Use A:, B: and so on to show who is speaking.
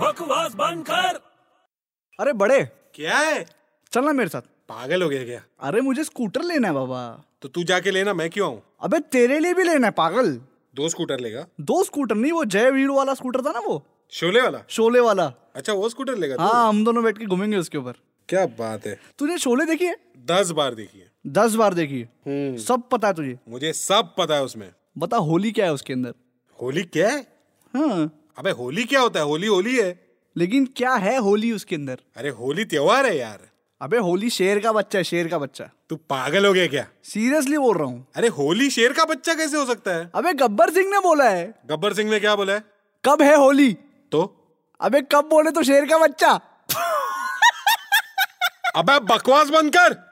A: बकवास बंद कर
B: अरे बड़े
C: क्या है
B: चल ना मेरे साथ
C: पागल हो गया क्या
B: अरे मुझे स्कूटर लेना है बाबा
C: तो तू जाके लेना मैं क्यों आऊं
B: अबे तेरे लिए भी लेना है पागल
C: दो स्कूटर लेगा
B: दो स्कूटर नहीं वो जय वीर वाला स्कूटर था ना वो
C: शोले वाला
B: शोले वाला
C: अच्छा वो स्कूटर लेगा तू?
B: हाँ हम दोनों बैठ के घूमेंगे उसके ऊपर
C: क्या बात है
B: तूने शोले देखी है
C: दस बार देखी है
B: दस बार देखी है सब पता है तुझे
C: मुझे सब पता है उसमें
B: बता होली क्या है उसके अंदर
C: होली क्या है
B: हाँ
C: अबे होली क्या होता है होली होली है
B: लेकिन क्या है होली उसके अंदर
C: अरे होली त्योहार है यार
B: अबे होली शेर का बच्चा है शेर का बच्चा
C: तू पागल हो गया क्या
B: सीरियसली बोल रहा हूँ
C: अरे होली शेर का बच्चा कैसे हो सकता है
B: अबे गब्बर सिंह ने बोला है
C: गब्बर सिंह ने क्या बोला है
B: कब है होली
C: तो
B: अबे कब बोले तो शेर का बच्चा
C: अबे बकवास बंद कर